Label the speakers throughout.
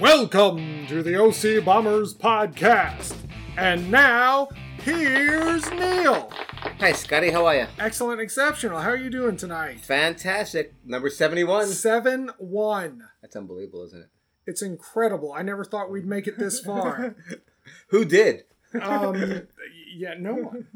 Speaker 1: Welcome to the OC Bombers podcast. And now, here's Neil.
Speaker 2: Hi, Scotty. How are you?
Speaker 1: Excellent, exceptional. How are you doing tonight?
Speaker 2: Fantastic. Number 71.
Speaker 1: 7 1.
Speaker 2: That's unbelievable, isn't it?
Speaker 1: It's incredible. I never thought we'd make it this far.
Speaker 2: Who did?
Speaker 1: Um, yeah, no one.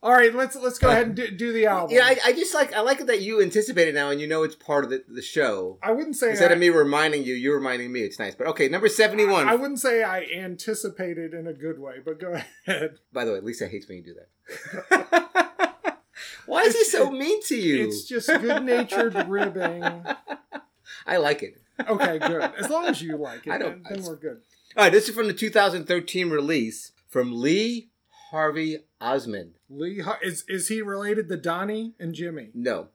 Speaker 1: All right, let's let's go ahead and do, do the album.
Speaker 2: Yeah, I, I just like I like it that you anticipate it now and you know it's part of the, the show.
Speaker 1: I wouldn't say
Speaker 2: Instead
Speaker 1: I,
Speaker 2: of me reminding you, you're reminding me. It's nice. But okay, number 71.
Speaker 1: I wouldn't say I anticipated in a good way, but go ahead.
Speaker 2: By the way, Lisa hates when you do that. Why is he so mean to you?
Speaker 1: It's just good-natured ribbing.
Speaker 2: I like it.
Speaker 1: Okay, good. As long as you like it,
Speaker 2: I don't-
Speaker 1: then, then we're good.
Speaker 2: All right, this is from the 2013 release from Lee Harvey Osmond.
Speaker 1: Lee Har- is is he related to Donnie and Jimmy?
Speaker 2: No.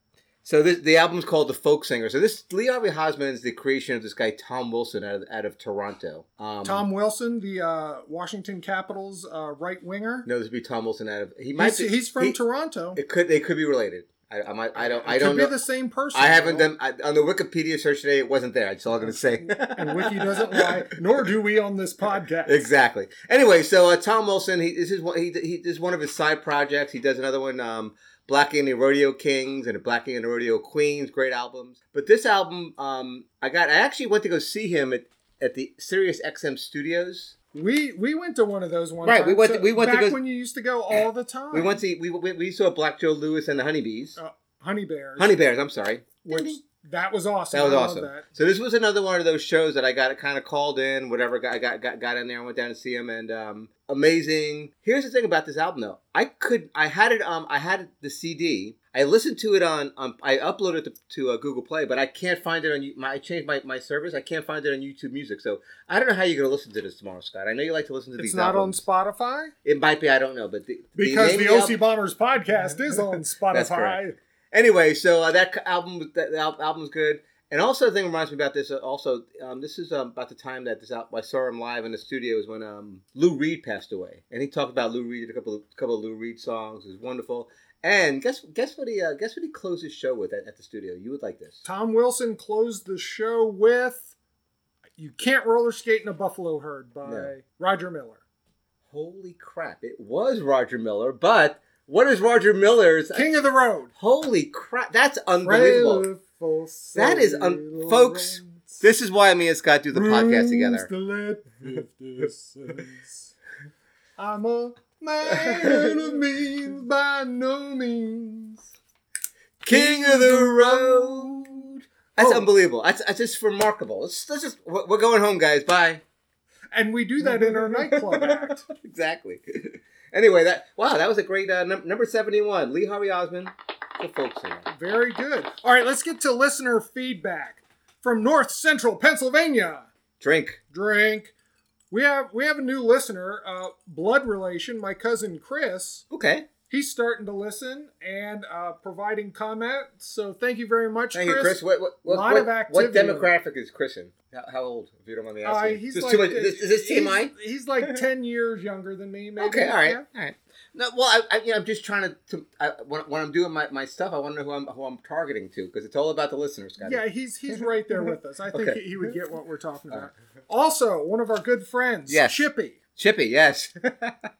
Speaker 2: So this, the album's called The Folk Singer. So this Lee Harvey Osmond is the creation of this guy Tom Wilson out of, out of Toronto. Um,
Speaker 1: Tom Wilson, the uh, Washington Capitals uh, right winger.
Speaker 2: No, this would be Tom Wilson out of. He
Speaker 1: He's,
Speaker 2: might. be,
Speaker 1: he's from
Speaker 2: he-
Speaker 1: Toronto.
Speaker 2: It could. They could be related. I, I, might, I don't. I
Speaker 1: It
Speaker 2: don't
Speaker 1: could
Speaker 2: know.
Speaker 1: be the same person.
Speaker 2: I haven't
Speaker 1: though.
Speaker 2: done I, on the Wikipedia search today. It wasn't there. That's all I'm going to say.
Speaker 1: And Wiki doesn't lie, nor do we on this podcast.
Speaker 2: exactly. Anyway, so uh, Tom Wilson. He this is one. He, he this is one of his side projects. He does another one. Um, Black and the Rodeo Kings and Black and the Rodeo Queens. Great albums. But this album, um, I got. I actually went to go see him at at the Sirius XM Studios.
Speaker 1: We we went to one of those one
Speaker 2: Right,
Speaker 1: time.
Speaker 2: we went to- we went to
Speaker 1: back
Speaker 2: go-
Speaker 1: when you used to go all the time.
Speaker 2: We went to we we, we saw Black Joe Lewis and the Honeybees.
Speaker 1: uh, Honey Bears.
Speaker 2: Honey Bears. I'm sorry.
Speaker 1: which that was awesome.
Speaker 2: That was
Speaker 1: I love
Speaker 2: awesome.
Speaker 1: that.
Speaker 2: So this was another one of those shows that I got kind of called in, whatever. Got got got, got in there and went down to see him, and um, amazing. Here's the thing about this album, though. I could, I had it, um, I had the CD. I listened to it on, um, I uploaded it to, to uh, Google Play, but I can't find it on. you- My, I changed my, my service. I can't find it on YouTube Music. So I don't know how you're gonna listen to this tomorrow, Scott. I know you like to listen to
Speaker 1: It's
Speaker 2: these.
Speaker 1: not
Speaker 2: albums.
Speaker 1: on Spotify
Speaker 2: It might be. I don't know, but the,
Speaker 1: because
Speaker 2: name
Speaker 1: the,
Speaker 2: of
Speaker 1: OC Bombers podcast is on
Speaker 2: That's
Speaker 1: Spotify.
Speaker 2: correct. anyway, so uh, that c- album, that the al- album's good. And also, the thing reminds me about this. uh, Also, um, this is um, about the time that this out. I saw him live in the studio is when um, Lou Reed passed away, and he talked about Lou Reed. Did a couple of couple of Lou Reed songs. It was wonderful. And guess guess what he uh, guess what he closed his show with at, at the studio. You would like this.
Speaker 1: Tom Wilson closed the show with "You Can't Roller Skate in a Buffalo Herd" by
Speaker 2: No.
Speaker 1: Roger Miller.
Speaker 2: Holy crap! It was Roger Miller, but what is Roger Miller's?
Speaker 1: King of the Road.
Speaker 2: Holy crap! That's unbelievable.
Speaker 1: Faithful
Speaker 2: That is un-
Speaker 1: Sailor
Speaker 2: folks,
Speaker 1: Rings.
Speaker 2: This is why me and Scott do the
Speaker 1: Rings
Speaker 2: podcast together.
Speaker 1: to let 50 cents. I'm a man of means by no means.
Speaker 2: King of the Road. That's
Speaker 1: Oh.
Speaker 2: unbelievable. That's, that's just remarkable. Let's, let's just we're we're going home, guys. Bye.
Speaker 1: And we do that in our nightclub act.
Speaker 2: Exactly. anyway, that wow, that was a great uh, num- number seventy-one. Lee Harvey Osmond, the folk singer.
Speaker 1: Very good. All right, let's get to listener feedback from North Central Pennsylvania.
Speaker 2: Drink.
Speaker 1: Drink. We have we have a new listener, uh, blood relation, my cousin Chris.
Speaker 2: Okay.
Speaker 1: he's starting to listen and uh, providing comment. So thank you very much,
Speaker 2: Thank
Speaker 1: Chris.
Speaker 2: you, Chris. What what what,
Speaker 1: lot
Speaker 2: what,
Speaker 1: of
Speaker 2: what
Speaker 1: activity.
Speaker 2: demographic is Chris in? How, how old, if you don't mind me
Speaker 1: Uh,
Speaker 2: asking?
Speaker 1: he's
Speaker 2: This
Speaker 1: like,
Speaker 2: too much- this- is this
Speaker 1: he's-
Speaker 2: TMI?
Speaker 1: He's, like ten years younger than me. Maybe.
Speaker 2: Okay, all right,
Speaker 1: Yeah.
Speaker 2: all right. No, well, I, I, you know, I'm just trying to, to I, when, when I'm doing my, my stuff, I want to know who I'm who I'm targeting to because it's all about the listeners, guys.
Speaker 1: Yeah, he's he's right there with us. I think
Speaker 2: Okay.
Speaker 1: he, he would get what we're talking
Speaker 2: All
Speaker 1: about. Also, one of our good friends,
Speaker 2: Yes.
Speaker 1: Chippy,
Speaker 2: Chippy, yes.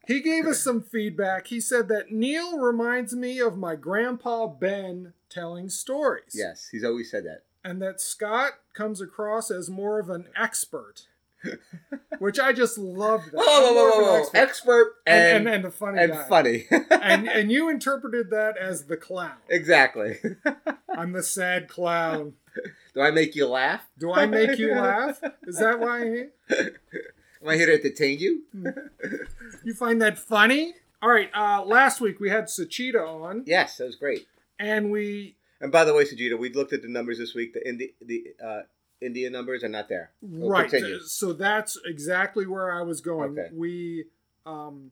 Speaker 1: he gave us some feedback. He said that Neil reminds me of my grandpa Ben telling stories,
Speaker 2: yes, he's always said that.
Speaker 1: and that Scott comes across as more of an expert, which I just love. That.
Speaker 2: Whoa, whoa,
Speaker 1: I'm more
Speaker 2: whoa,
Speaker 1: of an
Speaker 2: whoa, whoa.
Speaker 1: expert.
Speaker 2: Expert
Speaker 1: and,
Speaker 2: and,
Speaker 1: and, and a funny
Speaker 2: and,
Speaker 1: guy.
Speaker 2: funny.
Speaker 1: and and you interpreted that as the clown.
Speaker 2: exactly.
Speaker 1: I'm the sad clown.
Speaker 2: Do I make you laugh?
Speaker 1: Do I make you laugh? Is that why
Speaker 2: Am I here to entertain you?
Speaker 1: you find that funny? All right. Uh, last week we had Sachita on,
Speaker 2: Yes, that was great.
Speaker 1: and we
Speaker 2: And by the way, Sujita, we looked at the numbers this week. The Indi- the uh, India numbers are not there. We'll
Speaker 1: right.
Speaker 2: continue.
Speaker 1: So that's exactly where I was going.
Speaker 2: Okay.
Speaker 1: We um,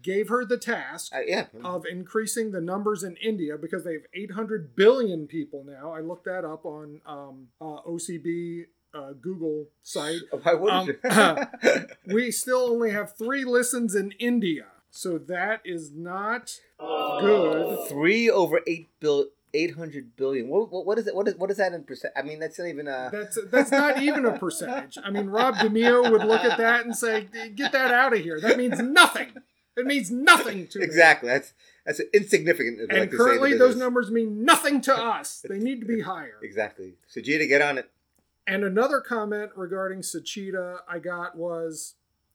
Speaker 1: gave her the task.
Speaker 2: Uh, yeah.
Speaker 1: of increasing the numbers in India because they have 800 billion people now. I looked that up on um, uh, OCB uh, Google site.
Speaker 2: Why would
Speaker 1: um,
Speaker 2: you?
Speaker 1: we still only have three listens in India, so that is not good.
Speaker 2: Three over eight bill eight hundred billion. What, what, what is it? What is what is that in percent? I mean, that's not even uh, a.
Speaker 1: That's that's not even a percentage. I mean, Rob DeMeo would look at that and say, "Get that out of here. That means nothing. It means nothing to me."
Speaker 2: exactly. That's that's insignificant. as I
Speaker 1: And
Speaker 2: like to say in the
Speaker 1: currently, those
Speaker 2: business.
Speaker 1: numbers mean nothing to us. They need to be higher.
Speaker 2: Exactly. So Gita, get on it.
Speaker 1: And another comment regarding Sachita I got was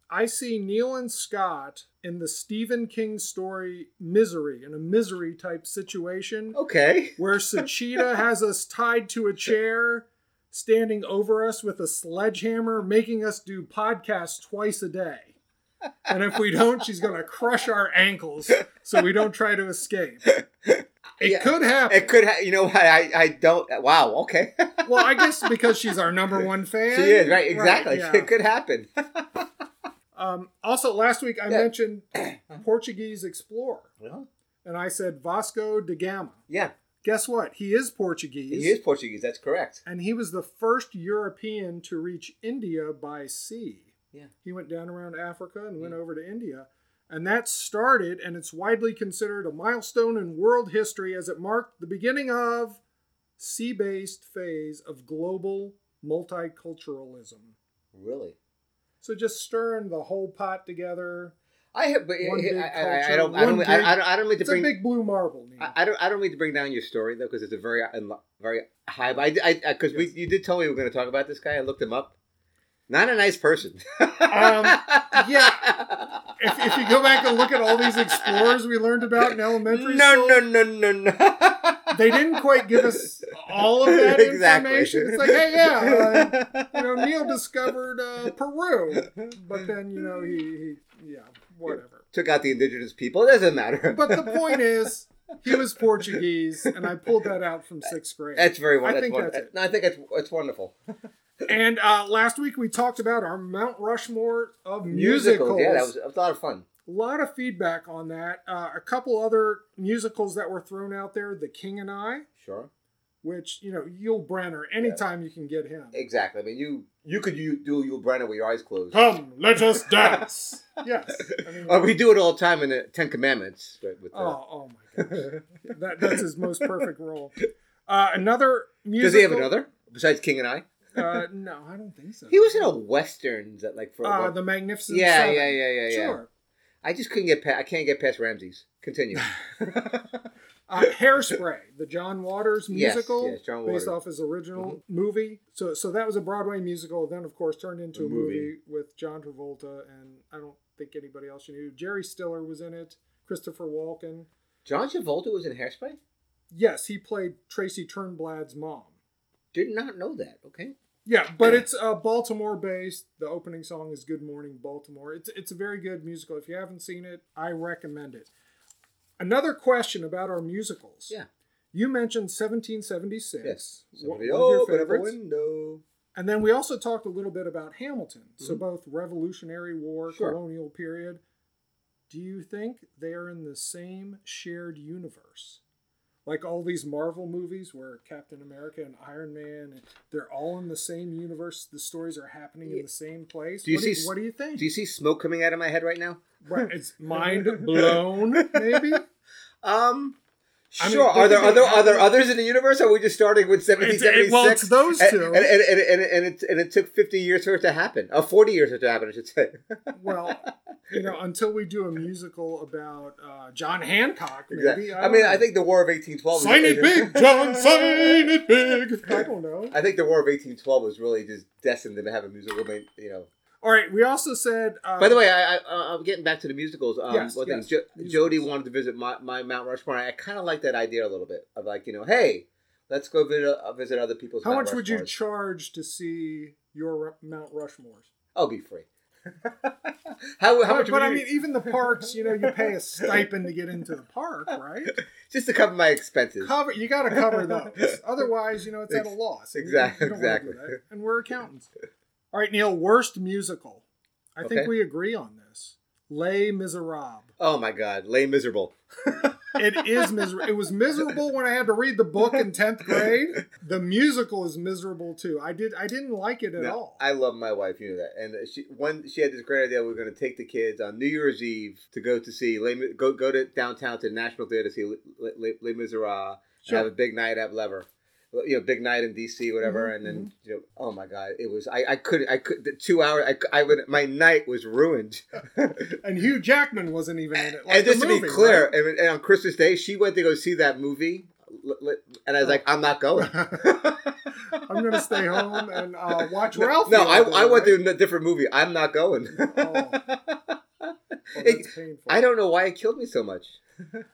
Speaker 1: I see Neil and Scott in the Stephen King story Misery, in a misery type situation
Speaker 2: Okay.
Speaker 1: where Sachita has us tied to a chair, standing over us with a sledgehammer, making us do podcasts twice a day. And if we don't, she's going to crush our ankles so we don't try to escape. It
Speaker 2: Yeah.
Speaker 1: could happen.
Speaker 2: It could. Ha- you know what? I I don't. Wow. Okay.
Speaker 1: well, I guess because she's our number one fan.
Speaker 2: she is right. Exactly.
Speaker 1: yeah.
Speaker 2: It could happen.
Speaker 1: Um, also, last week I
Speaker 2: Yeah.
Speaker 1: mentioned Portuguese explorer,
Speaker 2: Well,
Speaker 1: and I said Vasco da Gama.
Speaker 2: yeah.
Speaker 1: Guess what? He is Portuguese,
Speaker 2: He is Portuguese. That's correct.
Speaker 1: and he was the first European to reach India by sea.
Speaker 2: Yeah.
Speaker 1: He went down around Africa and
Speaker 2: Mm.
Speaker 1: went over to India, and that started, and it's widely considered a milestone in world history as it marked the beginning of sea-based phase of global multiculturalism.
Speaker 2: Really.
Speaker 1: So just stirring the whole pot together.
Speaker 2: I have, but I,
Speaker 1: One big
Speaker 2: I, I, I
Speaker 1: culture,
Speaker 2: don't, I don't,
Speaker 1: one
Speaker 2: I,
Speaker 1: big-
Speaker 2: I don't, I don't mean to
Speaker 1: It's a
Speaker 2: bring,
Speaker 1: big blue marble. Neil.
Speaker 2: I I don't, I don't mean to bring down your story though, because it's a very, unlo- very high. I, because we, you did tell me we were going to talk about this guy. I looked him up. Not a nice person.
Speaker 1: Um, yeah. if, if you go back and look at all these explorers we learned about in elementary
Speaker 2: No,
Speaker 1: school,
Speaker 2: no, no, no, no.
Speaker 1: they didn't quite give us all of that
Speaker 2: Exactly.
Speaker 1: information. It's like, hey, yeah, uh, you know, Neil discovered uh, Peru, but then you know he, he yeah, whatever.
Speaker 2: Took out the indigenous people. It doesn't matter.
Speaker 1: But the point is, he was Portuguese, and I pulled that out from sixth grade.
Speaker 2: that's very
Speaker 1: I
Speaker 2: wonderful.
Speaker 1: think that's it.
Speaker 2: No, I think it's it's wonderful.
Speaker 1: And uh, last week we talked about our Mount Rushmore of musicals.
Speaker 2: Yeah, that was, that was a lot of fun.
Speaker 1: a lot of feedback on that. Uh, a couple other musicals that were thrown out there, The King and I,
Speaker 2: Sure.
Speaker 1: which you know Yul Brenner. Anytime you can get him,
Speaker 2: Exactly. I mean, you you could you do you Brenner with your eyes closed.
Speaker 1: come let us dance. yes. I mean,
Speaker 2: Or we do it all the time in the Ten Commandments. Right, with uh, the,
Speaker 1: oh, oh my gosh, that, that's his most perfect role. Uh, another musical.
Speaker 2: Does he have another besides King and I?
Speaker 1: Uh, no, I don't think so.
Speaker 2: He was in a westerns that like for a
Speaker 1: uh,
Speaker 2: while.
Speaker 1: the Magnificent.
Speaker 2: yeah,
Speaker 1: Seven.
Speaker 2: yeah, yeah, yeah, yeah.
Speaker 1: Sure.
Speaker 2: I just couldn't get past. I can't get past Ramses. Continue.
Speaker 1: Uh, Hairspray, the John Waters
Speaker 2: Yes,
Speaker 1: musical,
Speaker 2: yes, John Waters. Mm-hmm.
Speaker 1: based off his original movie. So, so that was a Broadway musical. Then, of course, turned into
Speaker 2: A
Speaker 1: a,
Speaker 2: movie.
Speaker 1: movie. with John Travolta and I don't think anybody else you knew. Jerry Stiller was in it. Christopher Walken.
Speaker 2: John Travolta was in Hairspray.
Speaker 1: Yes, he played Tracy Turnblad's mom.
Speaker 2: Did not know that. Okay.
Speaker 1: Yeah, but it's uh, Baltimore based. The opening song is "Good Morning Baltimore." It's it's a very good musical. If you haven't seen it, I recommend it. Another question about our musicals.
Speaker 2: Yeah.
Speaker 1: You mentioned 1776.
Speaker 2: Yes.
Speaker 1: one-
Speaker 2: Somebody oh,
Speaker 1: one of your
Speaker 2: open up a
Speaker 1: favorites.
Speaker 2: window.
Speaker 1: And then we also talked a little bit about Hamilton. So
Speaker 2: Mhm.
Speaker 1: both Revolutionary War,
Speaker 2: Sure.
Speaker 1: colonial period. Do you think they are in the same shared universe? Like all these Marvel movies where Captain America and Iron Man, they're all in the same universe. The stories are happening in the same place.
Speaker 2: Do you
Speaker 1: what, do
Speaker 2: see-
Speaker 1: you, what do you think?
Speaker 2: Do you see smoke coming out of my head right now?
Speaker 1: right, it's mind blown, maybe?
Speaker 2: Um.
Speaker 1: I mean,
Speaker 2: Sure.
Speaker 1: they
Speaker 2: are there
Speaker 1: could
Speaker 2: are there
Speaker 1: be-
Speaker 2: are there others in the universe? Or are we just starting with
Speaker 1: It's, it,
Speaker 2: 1776?
Speaker 1: well, it's those
Speaker 2: and,
Speaker 1: two.
Speaker 2: and, and, and, and, and, it, and it took 50 years for it to happen. Uh, 40 years for it to happen, I should say.
Speaker 1: well, you know, until we do a musical about uh, John Hancock, maybe.
Speaker 2: Exactly. I,
Speaker 1: don't
Speaker 2: mean,
Speaker 1: know.
Speaker 2: I think the War of 1812.
Speaker 1: Sign
Speaker 2: is-
Speaker 1: it big, John. Sign it big. I don't know.
Speaker 2: I think the War of 1812 was really just destined to have a musical. I mean, You know.
Speaker 1: All right. We also said. Uh,
Speaker 2: By the way, I, I, I'm getting back to the musicals. Um,
Speaker 1: Yes,
Speaker 2: one thing,
Speaker 1: yes.
Speaker 2: Jo-
Speaker 1: Musicals.
Speaker 2: Jody wanted to visit my, my Mount Rushmore. I kind of like that idea a little bit of like, you know, hey, let's go visit, uh, visit other people's.
Speaker 1: how
Speaker 2: Mount
Speaker 1: much would you
Speaker 2: Rushmores.
Speaker 1: charge to see your Ru- Mount Rushmores?
Speaker 2: I'll be free. how how
Speaker 1: but,
Speaker 2: much?
Speaker 1: but
Speaker 2: would
Speaker 1: I
Speaker 2: you-
Speaker 1: mean, even the parks. You know, you pay a stipend to get into the park, right?
Speaker 2: just to cover my expenses.
Speaker 1: Cover. You got to cover those. Otherwise, you know, it's at a
Speaker 2: Ex-
Speaker 1: loss. and you-
Speaker 2: exact-
Speaker 1: you don't wanna do
Speaker 2: exactly.
Speaker 1: that. And we're accountants. All right, Neil. Worst musical. I
Speaker 2: Okay.
Speaker 1: think we agree on this. Les Miserables.
Speaker 2: oh my God, lay miserable.
Speaker 1: It is miserable. It was miserable when I had to read the book in tenth grade. The musical is miserable too. I did. I didn't like it at
Speaker 2: No,
Speaker 1: all.
Speaker 2: I love my wife, you know that. And she one she had this great idea we were going to take the kids on New Year's Eve to go to see Les, Mi- go go to downtown to the National Theater to see Les, Les, Les Miserables. Have a big night at Lever. You know, big night in DC, whatever,
Speaker 1: Mm-hmm,
Speaker 2: and then you know, oh my god, it was I, I couldn't I could the two hours I, cou- I would my night was ruined.
Speaker 1: And Hugh Jackman wasn't even in it. Like
Speaker 2: and just
Speaker 1: the
Speaker 2: to be
Speaker 1: movie,
Speaker 2: clear, and, and on Christmas Day she went to go see that movie, l- l- and
Speaker 1: Oh.
Speaker 2: I was like, I'm not going.
Speaker 1: right? I'm gonna stay home and uh, watch
Speaker 2: No,
Speaker 1: Ralph.
Speaker 2: No,
Speaker 1: the
Speaker 2: I,
Speaker 1: other
Speaker 2: I
Speaker 1: day,
Speaker 2: went
Speaker 1: right?
Speaker 2: to a different movie. I'm not going.
Speaker 1: Oh. Well,
Speaker 2: It-
Speaker 1: that's painful.
Speaker 2: I don't know why it killed me so much.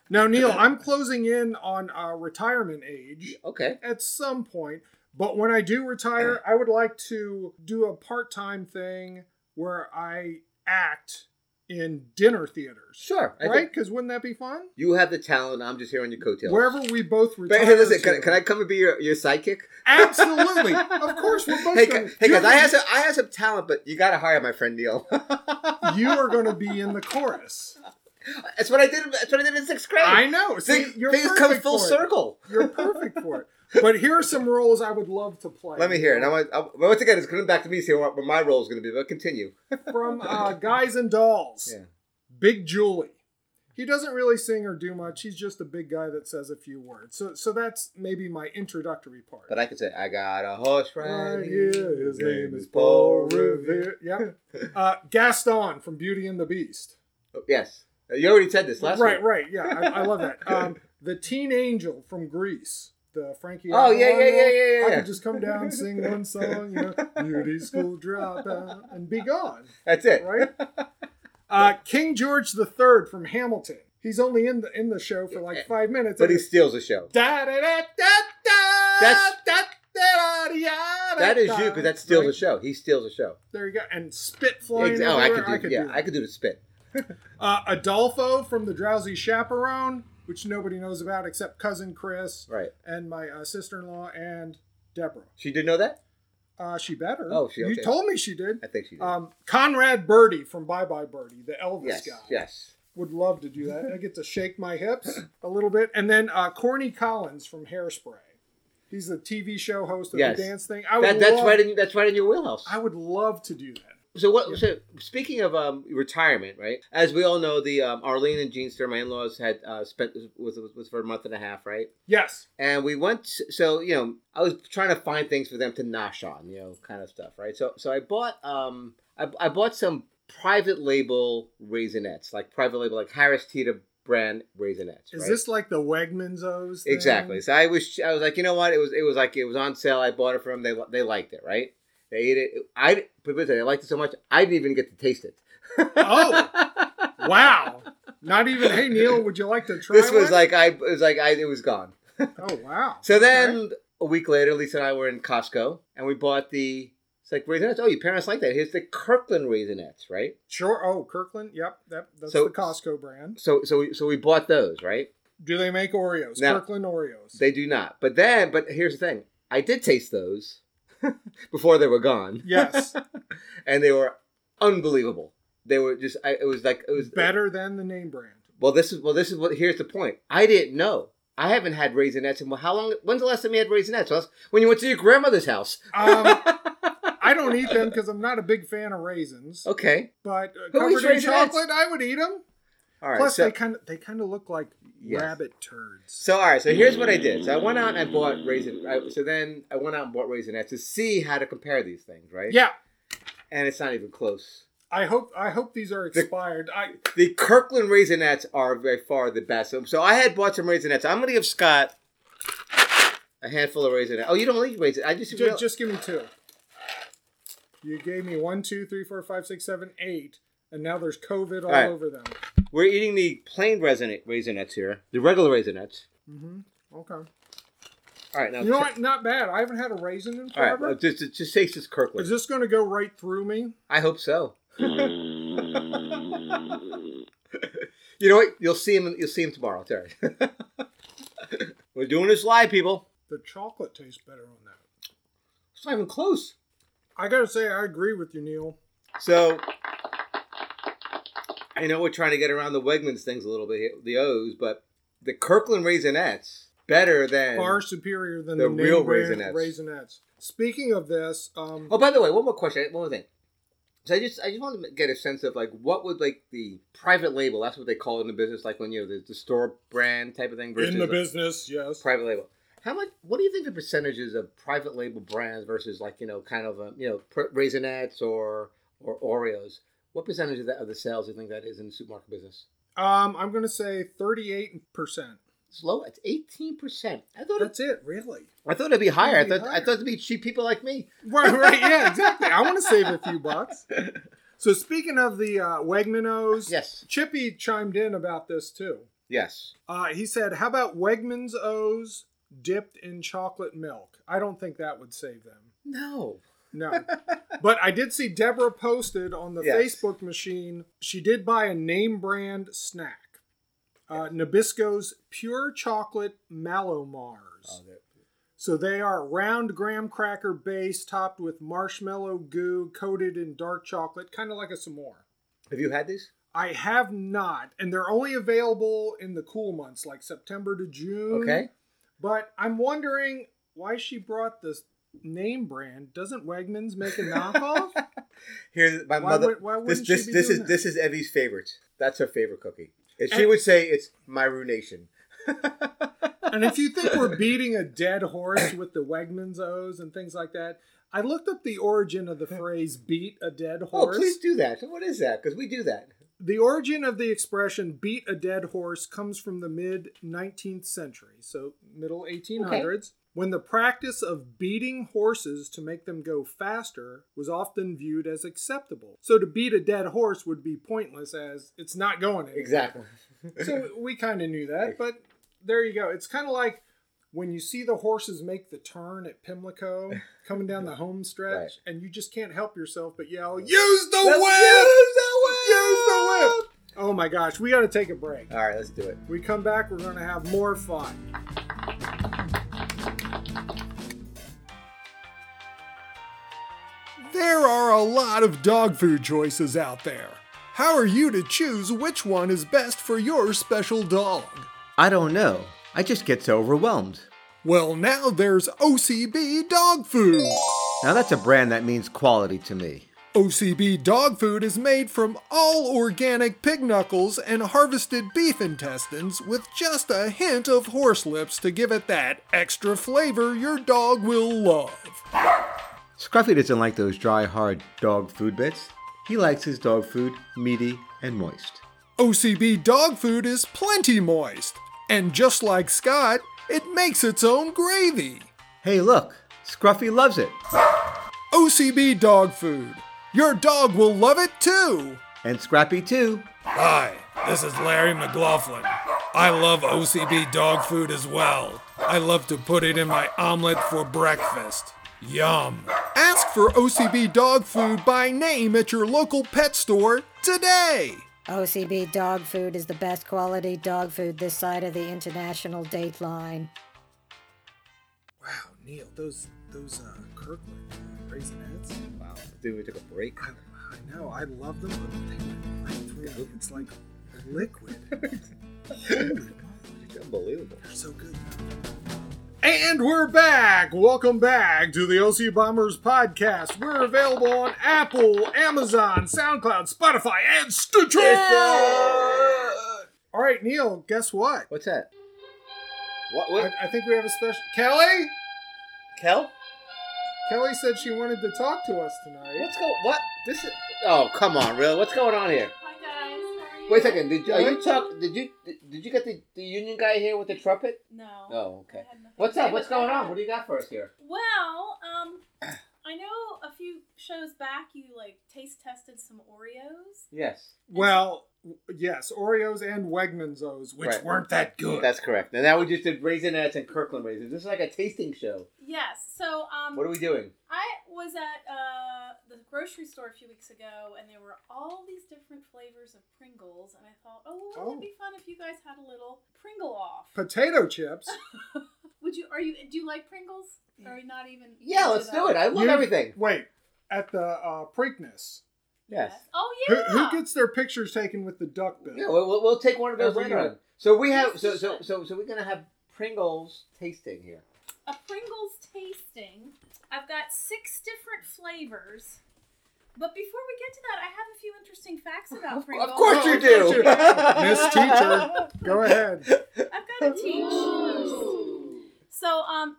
Speaker 1: Now, Neil, I'm closing in on uh, retirement age
Speaker 2: Okay.
Speaker 1: at some point, but when I do retire, I would like to do a part time thing where I act in dinner theaters.
Speaker 2: Sure. I
Speaker 1: right?
Speaker 2: Think
Speaker 1: Because wouldn't that be fun?
Speaker 2: you have the talent. I'm just here on your coattails.
Speaker 1: Wherever we both
Speaker 2: but
Speaker 1: retire.
Speaker 2: hey, listen,
Speaker 1: to.
Speaker 2: can, can I come and be your, your sidekick?
Speaker 1: Absolutely. of course, we're both
Speaker 2: Hey,
Speaker 1: going
Speaker 2: gu- hey guys, I have some, I have some talent, but you got to hire my friend Neil.
Speaker 1: You are going to be in the chorus.
Speaker 2: that's what I did. That's what I did in sixth grade.
Speaker 1: I know. See,
Speaker 2: Things-
Speaker 1: you're
Speaker 2: things
Speaker 1: perfect
Speaker 2: come full
Speaker 1: for it.
Speaker 2: circle.
Speaker 1: You're perfect for it. But here are some roles I would love to play.
Speaker 2: Let me hear it. I want, I, well, once again, it's coming back to me. See what, what my role is going to be. But continue.
Speaker 1: from uh, Guys and Dolls.
Speaker 2: Yeah.
Speaker 1: Big Julie. He doesn't really sing or do much. He's just a big guy that says a few words. So, so that's maybe my introductory part.
Speaker 2: But I can say I got a horse right,
Speaker 1: right here, his name is Paul Revere. Yep. Uh, Gaston from Beauty and the Beast.
Speaker 2: Oh, Yes, you already said this last
Speaker 1: right,
Speaker 2: week.
Speaker 1: right. Yeah, I, I love that. Um, the Teen Angel from Greece. The Frankie.
Speaker 2: Oh, yeah, yeah,
Speaker 1: Avalon
Speaker 2: yeah,
Speaker 1: role.
Speaker 2: yeah, yeah,
Speaker 1: I
Speaker 2: yeah.
Speaker 1: could just come down, sing one song, you know, beauty school dropout, and be gone.
Speaker 2: That's it.
Speaker 1: right? Uh, King George III from Hamilton. He's only in the in the show for like five minutes.
Speaker 2: But he
Speaker 1: and
Speaker 2: steals the show.
Speaker 1: it's da da da da da.
Speaker 2: That's-
Speaker 1: da, da, da, da, da,
Speaker 2: That is you
Speaker 1: da.
Speaker 2: because that steals
Speaker 1: Right?
Speaker 2: the show. He steals the show.
Speaker 1: There you go. And spit flying.
Speaker 2: Ex-
Speaker 1: everywhere.
Speaker 2: oh, I could do. yeah,
Speaker 1: that.
Speaker 2: I could do the spit.
Speaker 1: Uh, Adolfo from the Drowsy Chaperone, which nobody knows about except cousin Chris
Speaker 2: Right.
Speaker 1: and my uh, sister-in-law and Deborah.
Speaker 2: She did know that.
Speaker 1: Uh, she better.
Speaker 2: Oh, she-
Speaker 1: you
Speaker 2: okay.
Speaker 1: told me she did.
Speaker 2: I think she did.
Speaker 1: Um, Conrad Birdie from Bye Bye Birdie, the Elvis
Speaker 2: yes.
Speaker 1: guy.
Speaker 2: Yes.
Speaker 1: Would love to do that. I get to shake my hips a little bit. And then uh, Corny Collins from Hairspray. He's a TV show host of
Speaker 2: Yes.
Speaker 1: the dance thing. I would
Speaker 2: That, that's
Speaker 1: love,
Speaker 2: right. In, that's right in your wheelhouse.
Speaker 1: I would love to do that.
Speaker 2: So what? So speaking of um, retirement, right? As we all know, the um, Arlene and Gene Stir, my in-laws, had uh, spent was, was was for a month and a half, right?
Speaker 1: Yes.
Speaker 2: And we went. So you know, I was trying to find things for them to nosh on, you know, kind of stuff, right? So so I bought um I, I bought some private label raisinettes, like private label, like Harris Teeter brand raisinettes.
Speaker 1: Is
Speaker 2: right?
Speaker 1: this like the Wegmans O's? thing?
Speaker 2: Exactly. So I was I was like, you know what? It was it was like it was on sale. I bought it from them. They they liked it, right? They ate it. I but listen, they liked it so much. I didn't even get to taste it.
Speaker 1: Oh, wow. Not even, hey, Neil, would you like to try
Speaker 2: this was
Speaker 1: one?"
Speaker 2: like I it was like I it was gone.
Speaker 1: oh, wow.
Speaker 2: So then a week later, Lisa and I were in Costco and we bought the it's like raisinettes. Oh, your parents like that. Here's the Kirkland raisinettes, right?
Speaker 1: Sure. Oh, Kirkland. Yep. That, that's
Speaker 2: So-
Speaker 1: the Costco brand.
Speaker 2: So so we, so we bought those, right?
Speaker 1: Do they make Oreos?
Speaker 2: Now-
Speaker 1: Kirkland Oreos.
Speaker 2: They do not. But then, but here's the thing. I did taste those before they were gone.
Speaker 1: yes.
Speaker 2: and they were unbelievable. They were just. I, it was like it was uh,
Speaker 1: Better than the name brand.
Speaker 2: Well, this is well. This is what. Here's the point. I didn't know. I haven't had raisinets in well, how long? When's the last time you had raisinets? Well, that's when you went to your grandmother's house.
Speaker 1: Um, I don't eat them because I'm not a big fan of raisins.
Speaker 2: Okay.
Speaker 1: But uh,
Speaker 2: Who
Speaker 1: covered in
Speaker 2: eats raisins?
Speaker 1: chocolate, I would eat them.
Speaker 2: All right.
Speaker 1: Plus,
Speaker 2: so,
Speaker 1: they kind of they kind of look like
Speaker 2: Yes.
Speaker 1: rabbit turds.
Speaker 2: so all right. So here's what I did. So I went out and I bought raisin. I, so then I went out and bought raisinets to see how to compare these things, right?
Speaker 1: Yeah,
Speaker 2: And it's not even close.
Speaker 1: I hope I hope these are expired. I
Speaker 2: The Kirkland raisinets are by far the best. So, so I had bought some raisinets. I'm gonna give Scott a handful of raisinets. Oh, you don't like raisinets? I just
Speaker 1: ju-
Speaker 2: real-
Speaker 1: just give me two. You gave me one, two, three, four, five, six, seven, eight, and now there's COVID all
Speaker 2: All right.
Speaker 1: over them.
Speaker 2: We're eating the plain raisinette, raisinets here, the regular raisinets.
Speaker 1: Mm-hmm. Okay,
Speaker 2: All right, now
Speaker 1: you know what? Not bad. I haven't had a raisin in
Speaker 2: All right,
Speaker 1: forever.
Speaker 2: well, just just- just taste this Kirkland.
Speaker 1: Is this going to go right through me?
Speaker 2: I hope so. you know what? You'll see him. You'll see him tomorrow. It's all right. We're doing this live, people.
Speaker 1: The chocolate tastes better on that.
Speaker 2: It's not even close.
Speaker 1: I gotta say, I agree with you, Neil.
Speaker 2: So I know we're trying to get around the Wegmans things a little bit, here, the O's, but the Kirkland raisinettes better than.
Speaker 1: far superior than
Speaker 2: the
Speaker 1: the,
Speaker 2: real
Speaker 1: real raisinets.
Speaker 2: Raisinets.
Speaker 1: raisinets. Speaking of this, um,
Speaker 2: Oh, by the way, one more question. One more thing. So I just I just wanted to get a sense of like what would like the private label that's what they call it in the business like when you know the, the store brand type of thing versus
Speaker 1: in the
Speaker 2: like,
Speaker 1: business, yes.
Speaker 2: private label. How much? What do you think the percentages of private label brands versus like you know kind of um, you know pr- raisinets or or Oreos? What percentage of, that, of the sales do you think that is in the supermarket business?
Speaker 1: Um, I'm gonna say 38 percent.
Speaker 2: It's low. It's eighteen percent. I thought it,
Speaker 1: That's it, really.
Speaker 2: I thought it'd be higher. I
Speaker 1: It'd be
Speaker 2: thought I
Speaker 1: higher.
Speaker 2: thought it'd be cheap people like me.
Speaker 1: Right, right, yeah, exactly. I want to save a few bucks. So speaking of the uh, Wegmanos,
Speaker 2: Yes.
Speaker 1: Chippy chimed in about this too.
Speaker 2: Yes.
Speaker 1: Uh, he said, "How about Wegmans O's dipped in chocolate milk? I don't think that would save them.
Speaker 2: No.
Speaker 1: No, but I did see Deborah posted on the
Speaker 2: Yes.
Speaker 1: Facebook machine. She did buy a name brand snack, uh, Nabisco's Pure Chocolate Mallow Mars.
Speaker 2: Oh.
Speaker 1: So they are round graham cracker base topped with marshmallow goo coated in dark chocolate, kind of like a s'more.
Speaker 2: Have you had these?
Speaker 1: I have not, and they're only available in the cool months, like September to June.
Speaker 2: Okay.
Speaker 1: But I'm wondering why she brought this name brand. Doesn't Wegmans make a knockoff?
Speaker 2: Here, my
Speaker 1: Why
Speaker 2: mother.
Speaker 1: would- why
Speaker 2: this
Speaker 1: wouldn't
Speaker 2: this
Speaker 1: she be
Speaker 2: this
Speaker 1: doing
Speaker 2: is
Speaker 1: that?
Speaker 2: this is Evie's favorite. That's her favorite cookie. And she
Speaker 1: And-
Speaker 2: would say it's my ruination.
Speaker 1: and if you think we're beating a dead horse with the Wegmans O's and things like that, I looked up the origin of the phrase "beat a dead
Speaker 2: Oh,
Speaker 1: horse."
Speaker 2: please do that. What is that? Because we do that.
Speaker 1: The origin of the expression beat a dead horse comes from the mid 19th century, so middle 1800s, when the practice of beating horses to make them go faster was often viewed as acceptable. So to beat a dead horse would be pointless as it's not going anywhere.
Speaker 2: Exactly.
Speaker 1: so we kind of knew that, but there you go. It's kind of like when you see the horses make the turn at Pimlico coming down the home stretch
Speaker 2: Right.
Speaker 1: and you just can't help yourself but yell, "Use the
Speaker 2: Let's
Speaker 1: whip!"
Speaker 2: use the whip!
Speaker 1: Oh my gosh, we got to take a break.
Speaker 2: All right, let's do it.
Speaker 1: We come back, we're going to have more fun. There are a lot of dog food choices out there. How are you to choose which one is best for your special dog?
Speaker 2: I don't know. I just get so overwhelmed.
Speaker 1: Well, now there's OCB dog food.
Speaker 2: Now that's a brand that means quality to me.
Speaker 1: OCB dog food is made from all organic pig knuckles and harvested beef intestines with just a hint of horse lips to give it that extra flavor your dog will love.
Speaker 2: Scruffy doesn't like those dry, hard dog food bits. He likes his dog food meaty and moist.
Speaker 1: OCB dog food is plenty moist, and just like Scott, it makes its own gravy.
Speaker 2: Hey, look, Scruffy loves it.
Speaker 1: OCB dog food. Your dog will love it too.
Speaker 2: And Scrappy, too.
Speaker 3: Hi, this is Larry McLaughlin. I love OCB dog food as well. I love to put it in my omelet for breakfast. Yum.
Speaker 1: Ask for OCB dog food by name at your local pet store today.
Speaker 4: OCB dog food is the best quality dog food this side of the international date line.
Speaker 1: Wow, Neil, those those uh, Kirkland raisinettes.
Speaker 2: Wow, dude, we took a break.
Speaker 1: I, I know, I love them, but they went right through. me. It's like liquid.
Speaker 2: Unbelievable.
Speaker 1: They're so good. And we're back. Welcome back to the OC Bombers podcast. We're available on Apple, Amazon, SoundCloud, Spotify, and Stitcher. All right, Neil, guess what?
Speaker 2: What's that? What?
Speaker 1: I, I think we have a special. Kelly?
Speaker 2: Kel?
Speaker 1: Kelly said she wanted to talk to us tonight.
Speaker 2: What's going? What? This is? Oh, come on, really? What's going on here?
Speaker 5: Hi guys, how are you?
Speaker 2: Wait a second. Did you, are you talk? Did you did you get the, the union guy here with the trumpet?
Speaker 5: No.
Speaker 2: Oh, okay.
Speaker 5: I had nothing
Speaker 2: What's
Speaker 5: to
Speaker 2: up?
Speaker 5: do
Speaker 2: What's
Speaker 5: with
Speaker 2: going
Speaker 5: that.
Speaker 2: on? What do you got for us here?
Speaker 5: Well, um, I know a few shows back you like taste tested some Oreos.
Speaker 2: Yes,
Speaker 1: Well, w- yes, Oreos and Wegman's O's, which
Speaker 2: Right.
Speaker 1: weren't that good.
Speaker 2: that's correct. And now we just did raisinets and Kirkland raisins. This is like a tasting show.
Speaker 5: Yes. So um,
Speaker 2: What are we doing?
Speaker 5: I was at uh the grocery store a few weeks ago, and there were all these different flavors of Pringles, and I thought, oh, wouldn't
Speaker 1: Oh.
Speaker 5: it be fun if you guys had a little Pringle off?
Speaker 1: Potato chips.
Speaker 5: Would you? Are you? Do you like Pringles? Or Are you not even?
Speaker 2: Yeah,
Speaker 5: into
Speaker 2: let's do
Speaker 5: that?
Speaker 2: it. I love
Speaker 1: You-
Speaker 2: everything.
Speaker 1: Wait, at the uh, Preakness,
Speaker 2: Yes.
Speaker 5: Oh
Speaker 1: who,
Speaker 5: yeah.
Speaker 1: who gets their pictures taken with the duck bill?
Speaker 2: Yeah, we'll, we'll, we'll take one of those
Speaker 1: Every
Speaker 2: later
Speaker 1: year.
Speaker 2: on. So we have so so so so we're gonna have Pringles tasting here.
Speaker 5: a Pringles tasting. I've got six different flavors. But before we get to that, I have a few interesting facts about Pringles.
Speaker 6: Of course
Speaker 2: Oh,
Speaker 6: you do.
Speaker 1: Miss Teacher, go ahead.
Speaker 5: I've got to teach. So, um,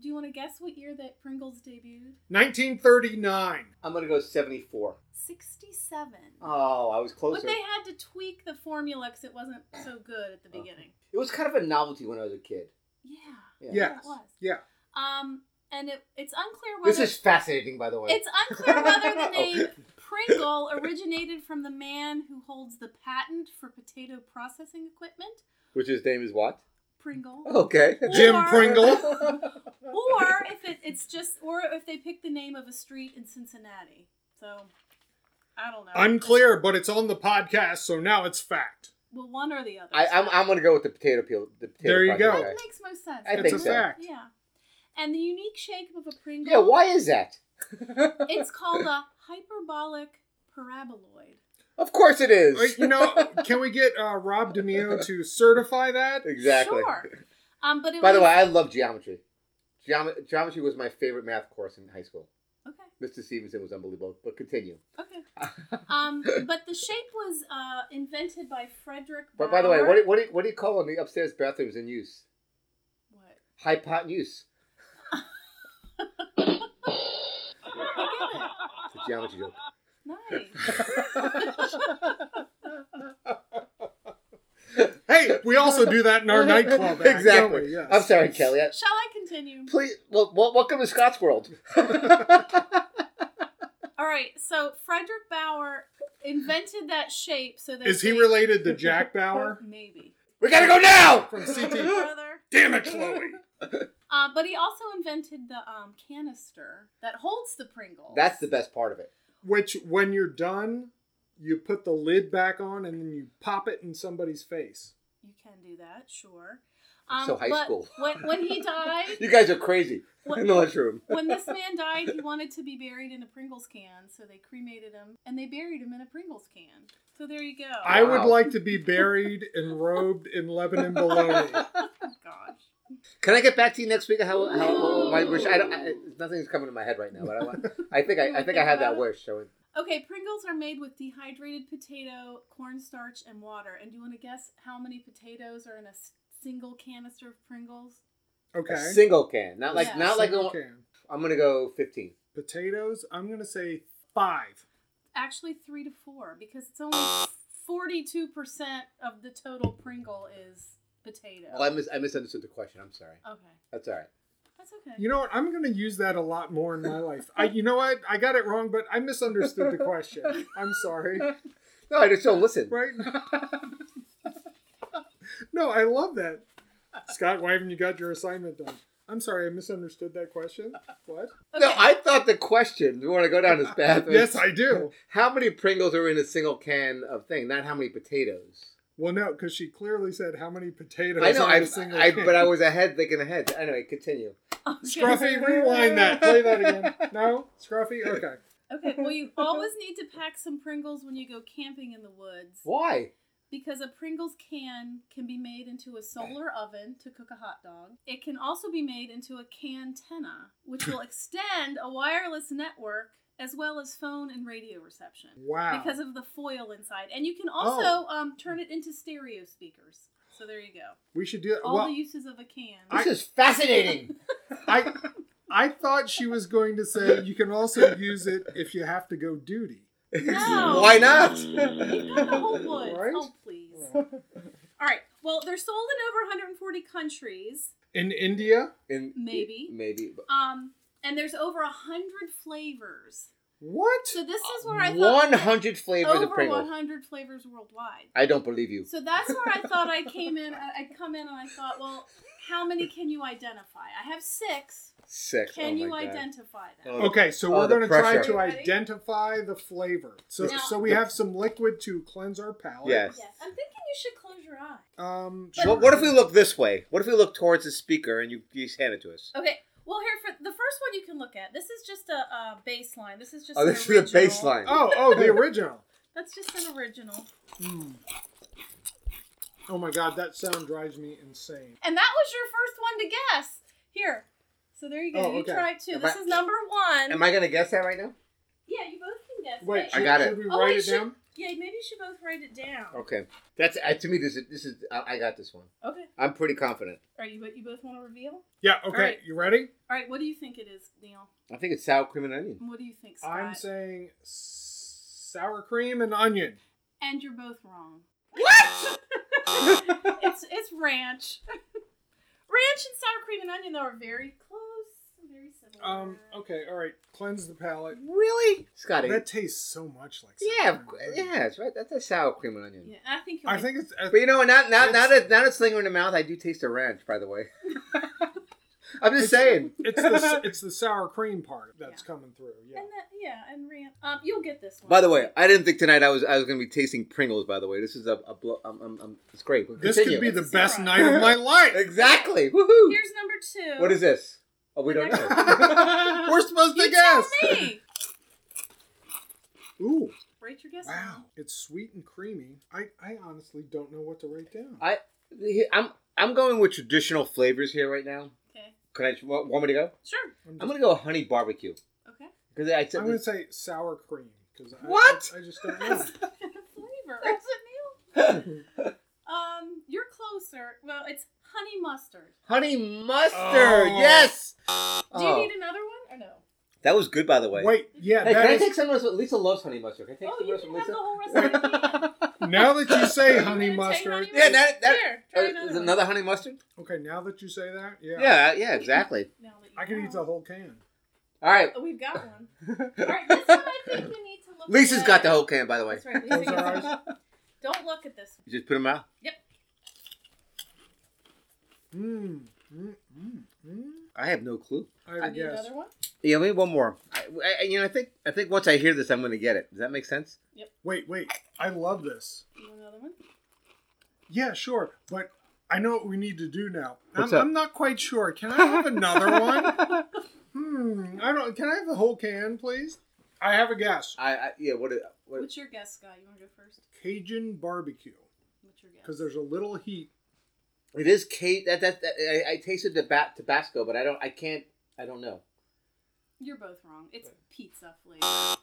Speaker 5: do you want to guess what year that Pringles debuted?
Speaker 1: 1939.
Speaker 6: I'm gonna go 74.
Speaker 5: 67.
Speaker 6: Oh, I was
Speaker 5: But
Speaker 6: closer.
Speaker 5: they had to tweak the formula because it wasn't so good at the beginning.
Speaker 6: It was kind of a novelty when I was a kid.
Speaker 5: Yeah.
Speaker 6: Yeah.
Speaker 1: Yes.
Speaker 5: It was.
Speaker 1: Yeah.
Speaker 5: Um, and it, it's unclear
Speaker 6: This
Speaker 5: whether
Speaker 6: is fascinating, by the way.
Speaker 5: it's unclear whether the name Pringle originated from the man who holds the patent for potato processing equipment,
Speaker 6: Which his name is what?
Speaker 5: Pringle.
Speaker 6: Okay.
Speaker 1: Jim
Speaker 5: Or-
Speaker 1: Pringle.
Speaker 5: or if it, it's just or if they pick the name of a street in Cincinnati. So I don't know.
Speaker 1: Unclear, but it's on the podcast, so now it's fact.
Speaker 5: Well, one or the other.
Speaker 6: I, I'm, I'm gonna go with the potato peel. The potato
Speaker 1: There you
Speaker 6: project
Speaker 1: go.
Speaker 6: guy.
Speaker 5: that makes most sense.
Speaker 6: I
Speaker 1: it's
Speaker 6: think
Speaker 1: a
Speaker 6: so.
Speaker 1: fact.
Speaker 5: Yeah. And the unique shape of a Pringle.
Speaker 6: Yeah, why is that?
Speaker 5: It's called a hyperbolic paraboloid.
Speaker 6: Of course it is.
Speaker 1: Wait, Uh, you know, can we get uh, Rob DeMeo to certify that?
Speaker 6: exactly.
Speaker 5: Sure. Um, but it
Speaker 6: By the
Speaker 5: was-
Speaker 6: way, I love geometry. Geom- geometry was my favorite math course in high school.
Speaker 5: Okay.
Speaker 6: Mr. Stevenson was unbelievable, but continue.
Speaker 5: Okay. Um, but the shape was uh, invented by Frederick.
Speaker 6: But by the way,
Speaker 5: Bauer.
Speaker 6: what do, what, do, what do you call on the upstairs bathrooms in use?
Speaker 5: What?
Speaker 6: Hypotenuse.
Speaker 5: I
Speaker 6: It's a geometry joke.
Speaker 5: get it. Nice.
Speaker 1: Hey, we also do that in our nightclub. act, don't
Speaker 6: exactly.
Speaker 1: we? Yes.
Speaker 6: I'm sorry, Kelly. I-
Speaker 5: Shall I continue?
Speaker 6: Please, well, well, welcome to Scott's world.
Speaker 5: All right. So Frederick Bauer invented that shape so that
Speaker 1: Is he
Speaker 5: they-
Speaker 1: related to Jack Bauer?
Speaker 5: Maybe.
Speaker 6: we gotta go now.
Speaker 1: From CT.
Speaker 5: Brother.
Speaker 1: Damn it, Chloe.
Speaker 5: Uh, but he also invented the um, canister that holds the Pringle.
Speaker 6: That's the best part of it.
Speaker 1: Which, when you're done, you put the lid back on and then you pop it in somebody's face.
Speaker 5: You can do that, sure. Um,
Speaker 6: It's so high
Speaker 5: but
Speaker 6: school.
Speaker 5: When, when he died,
Speaker 6: You guys are crazy in
Speaker 5: when,
Speaker 6: the lunchroom.
Speaker 5: when this man died, he wanted to be buried in a Pringles can, so they cremated him and they buried him in a Pringles can. So there you go. Oh
Speaker 1: I would
Speaker 6: Wow.
Speaker 1: like to be buried and robed in Lebanon bologna.
Speaker 5: Gosh.
Speaker 6: Can I get back to you next week? How, how what my wish? I don't. I, nothing's coming to my head right now, but I, want- I think I, I think I had that wish. So
Speaker 5: Okay, Pringles are made with dehydrated potato, cornstarch, and water. And do you want to guess how many potatoes are in a s- single canister of Pringles?
Speaker 1: Okay.
Speaker 6: a single can, not like
Speaker 5: Yeah.
Speaker 6: not like.
Speaker 1: Single
Speaker 6: the-
Speaker 1: can.
Speaker 6: I'm gonna go 15.
Speaker 1: Potatoes, I'm going to say five.
Speaker 5: Actually, three to four, because it's only 42% of the total Pringle is potato.
Speaker 6: Well, I mis- I misunderstood the question. I'm sorry.
Speaker 5: Okay,
Speaker 6: That's all right.
Speaker 5: that's okay.
Speaker 1: You know what? I'm going to use that a lot more in my life. I, you know what? I got it wrong, but I misunderstood the question. I'm sorry.
Speaker 6: No, I just don't listen.
Speaker 1: Right? no, I love that. Scott Wyven, you got your assignment done. I'm sorry, I misunderstood that question. What?
Speaker 5: okay.
Speaker 6: No, I thought the question. We want to go down this path. was,
Speaker 1: Uh, yes, I do.
Speaker 6: How many Pringles are in a single can of thing? Not how many potatoes.
Speaker 1: Well, no, because she clearly said how many potatoes.
Speaker 6: I know.
Speaker 1: are in
Speaker 6: I,
Speaker 1: a single
Speaker 6: I,
Speaker 1: can.
Speaker 6: but I was ahead thinking ahead. Anyway, continue.
Speaker 5: Okay.
Speaker 1: Scruffy, rewind that. Play that again. No, Scruffy. Okay.
Speaker 5: Okay, well, you always need to pack some Pringles when you go camping in the woods.
Speaker 6: Why?
Speaker 5: Because a Pringles can can be made into a solar oven to cook a hot dog. It can also be made into a can tenna, which will extend a wireless network as well as phone and radio reception
Speaker 1: Wow.
Speaker 5: because of the foil inside. And you can also um, turn it into stereo speakers. So there you go.
Speaker 1: we should do that.
Speaker 5: All
Speaker 1: well,
Speaker 5: the uses of a can.
Speaker 6: This is fascinating.
Speaker 1: I I thought she was going to say you can also use it if you have to go duty.
Speaker 5: No.
Speaker 6: Why not?
Speaker 5: The whole woods.
Speaker 1: Right?
Speaker 5: Oh, please. All right. Well, they're sold in over 140 countries,
Speaker 1: In India?
Speaker 6: In-
Speaker 5: Maybe.
Speaker 6: Maybe. but-
Speaker 5: um, and there's over 100 flavors.
Speaker 1: What?
Speaker 5: So this is where I thought
Speaker 6: 100 flavors
Speaker 5: over
Speaker 6: of Pringles.
Speaker 5: 100 flavors worldwide.
Speaker 6: I don't believe you.
Speaker 5: So that's where I thought I came in. I- I'd come in and I thought, well, how many can you identify? I have six.
Speaker 6: Six.
Speaker 5: Can
Speaker 6: oh
Speaker 5: you
Speaker 6: my God.
Speaker 5: identify them?
Speaker 6: Oh, the-
Speaker 1: Okay, so
Speaker 6: Oh,
Speaker 1: we're
Speaker 6: the
Speaker 1: going to try
Speaker 6: pressure.
Speaker 1: to
Speaker 5: Ready?
Speaker 1: identify the flavor. So
Speaker 5: Now-
Speaker 1: so we have some liquid to cleanse our palate.
Speaker 6: Yes.
Speaker 5: Yes. I'm thinking you should close your eyes.
Speaker 1: Um
Speaker 6: What, what if we look this way? What if we look towards the speaker and you, you just hand it to us?
Speaker 5: Okay. Well, here for the first one you can look at. This is just a, uh baseline. This is just.
Speaker 6: Oh,
Speaker 5: an
Speaker 6: this is a
Speaker 5: original.
Speaker 6: baseline.
Speaker 1: Oh, oh, the original. Hmm.
Speaker 5: That's just an original.
Speaker 1: Oh my god, that sound drives me insane.
Speaker 5: And that was your first one to guess. Here. So there you go.
Speaker 1: Oh,
Speaker 5: You
Speaker 1: okay.
Speaker 5: try two.
Speaker 6: Am
Speaker 5: This
Speaker 6: I-
Speaker 5: is number one.
Speaker 6: Am I going to guess that right now?
Speaker 5: yeah, you both can can guess.
Speaker 1: Wait,
Speaker 5: Hey,
Speaker 1: should,
Speaker 6: I got it.
Speaker 1: Should we
Speaker 5: Oh,
Speaker 1: write
Speaker 5: we
Speaker 1: it
Speaker 5: should-
Speaker 1: down?
Speaker 5: Yeah, maybe you should both write it down.
Speaker 6: Okay, that's uh, to me. This is this is. I, I got this one.
Speaker 5: Okay.
Speaker 6: I'm pretty confident.
Speaker 5: Are you? But you both want to reveal?
Speaker 1: Yeah. Okay.
Speaker 5: All right.
Speaker 1: You ready?
Speaker 5: All right. What do you think it is, Neil?
Speaker 6: I think it's sour cream and onion.
Speaker 5: What do you think, Scott?
Speaker 1: I'm saying s- sour cream and onion.
Speaker 5: and you're both wrong. What? it's it's ranch. ranch and sour cream and onion though are very close, very similar.
Speaker 1: Um. Okay. All right. Cleanse the palate.
Speaker 6: Really, Scotty?
Speaker 1: That tastes so much like. sour
Speaker 6: yeah,
Speaker 1: cream
Speaker 6: of cou-
Speaker 1: and onion.
Speaker 6: yeah, that's right. That's a sour cream and onion.
Speaker 5: Yeah, I think. You're
Speaker 1: I think it's.
Speaker 6: But you know, what, now now now that now that's lingering in the mouth, I do taste a ranch. By the way, I'm just saying.
Speaker 1: it's the it's the sour cream part that's
Speaker 5: Yeah.
Speaker 1: coming through. Yeah.
Speaker 5: And that, yeah, and ranch. Um, you'll get this one.
Speaker 6: By the way, I didn't think tonight I was I was going to be tasting Pringles. By the way, this is a, a blow. Um, um, um, it's great.
Speaker 1: This
Speaker 6: Continue.
Speaker 1: could be the
Speaker 5: It's a
Speaker 1: best
Speaker 5: surprise.
Speaker 1: night of my life.
Speaker 6: exactly. Woohoo!
Speaker 5: here's number two.
Speaker 6: What is this? Oh, we don't
Speaker 5: Next
Speaker 6: know. We're supposed to
Speaker 5: You
Speaker 6: guess.
Speaker 5: tell me.
Speaker 1: Ooh.
Speaker 5: Rate your guess.
Speaker 1: Wow. It's sweet and creamy. I I honestly don't know what to write down.
Speaker 6: I, he- I'm I'm going with traditional flavors here right now.
Speaker 5: Okay.
Speaker 6: Can I want want me to go?
Speaker 5: Sure.
Speaker 1: I'm,
Speaker 6: I'm
Speaker 1: just,
Speaker 6: gonna go honey barbecue
Speaker 5: Okay.
Speaker 6: because I
Speaker 1: I'm gonna
Speaker 6: said
Speaker 1: say sour cream because I,
Speaker 6: What?
Speaker 1: I, I just don't know.
Speaker 5: Flavor. Is it Neil? um, you're closer. Well, it's honey mustard.
Speaker 6: honey mustard.
Speaker 1: Oh.
Speaker 6: Yes.
Speaker 5: Do
Speaker 6: Oh.
Speaker 5: you need another one or no?
Speaker 6: that was good, by the way.
Speaker 1: Wait. Yeah.
Speaker 6: Hey, can
Speaker 1: that
Speaker 6: I
Speaker 1: is-
Speaker 6: take some of this? Lisa loves honey mustard. Can I take
Speaker 5: Oh,
Speaker 6: some
Speaker 5: you
Speaker 6: of this
Speaker 5: can
Speaker 6: from
Speaker 5: have the
Speaker 6: Lisa?
Speaker 5: whole rest of it. Yeah.
Speaker 1: now that you say
Speaker 5: You
Speaker 1: honey
Speaker 5: wanna take
Speaker 1: mustard.
Speaker 5: honey
Speaker 6: Yeah, that- that-
Speaker 5: Here,
Speaker 6: Oh,
Speaker 5: try
Speaker 6: is
Speaker 5: another,
Speaker 6: another honey mustard?
Speaker 1: Okay. Now that you say that. Yeah.
Speaker 6: Yeah, uh, yeah, exactly.
Speaker 5: one. Now that you
Speaker 1: I could
Speaker 5: know.
Speaker 1: eat the whole can.
Speaker 6: All right.
Speaker 5: Oh, We've got one. All right, this one I think you need to look.
Speaker 6: Lisa's
Speaker 5: at.
Speaker 6: got the whole can, by the way.
Speaker 5: That's right. Lisa
Speaker 1: Close our
Speaker 5: got
Speaker 1: eyes.
Speaker 5: the- Don't look at this.
Speaker 6: You just put them out.
Speaker 1: Mmm. Mmm. Mmm. Mmm.
Speaker 6: I have no clue.
Speaker 1: I have
Speaker 5: one.
Speaker 1: a
Speaker 5: You need
Speaker 1: guess.
Speaker 5: another one?
Speaker 6: Yeah, maybe one more. I, I, you know, I think I think once I hear this, I'm gonna get it. Does that make sense?
Speaker 1: Wait. Wait. I love this.
Speaker 5: You want another one?
Speaker 1: Yeah, sure. But I know what we need to do now.
Speaker 6: What's
Speaker 1: I'm,
Speaker 6: up?
Speaker 1: I'm not quite sure. Can I have another one? Hmm. I don't. Can I have the whole can, please? I have a guess.
Speaker 6: I, I yeah. What? uh, what
Speaker 5: What's your guess, Scott? You want to go first?
Speaker 1: Cajun barbecue,
Speaker 5: What's your guess?
Speaker 1: because there's a little heat.
Speaker 6: it is Kate. That that, that I, I tasted the ba- Tabasco, but I don't. I can't. I don't know.
Speaker 5: You're both wrong. It's pizza flavor.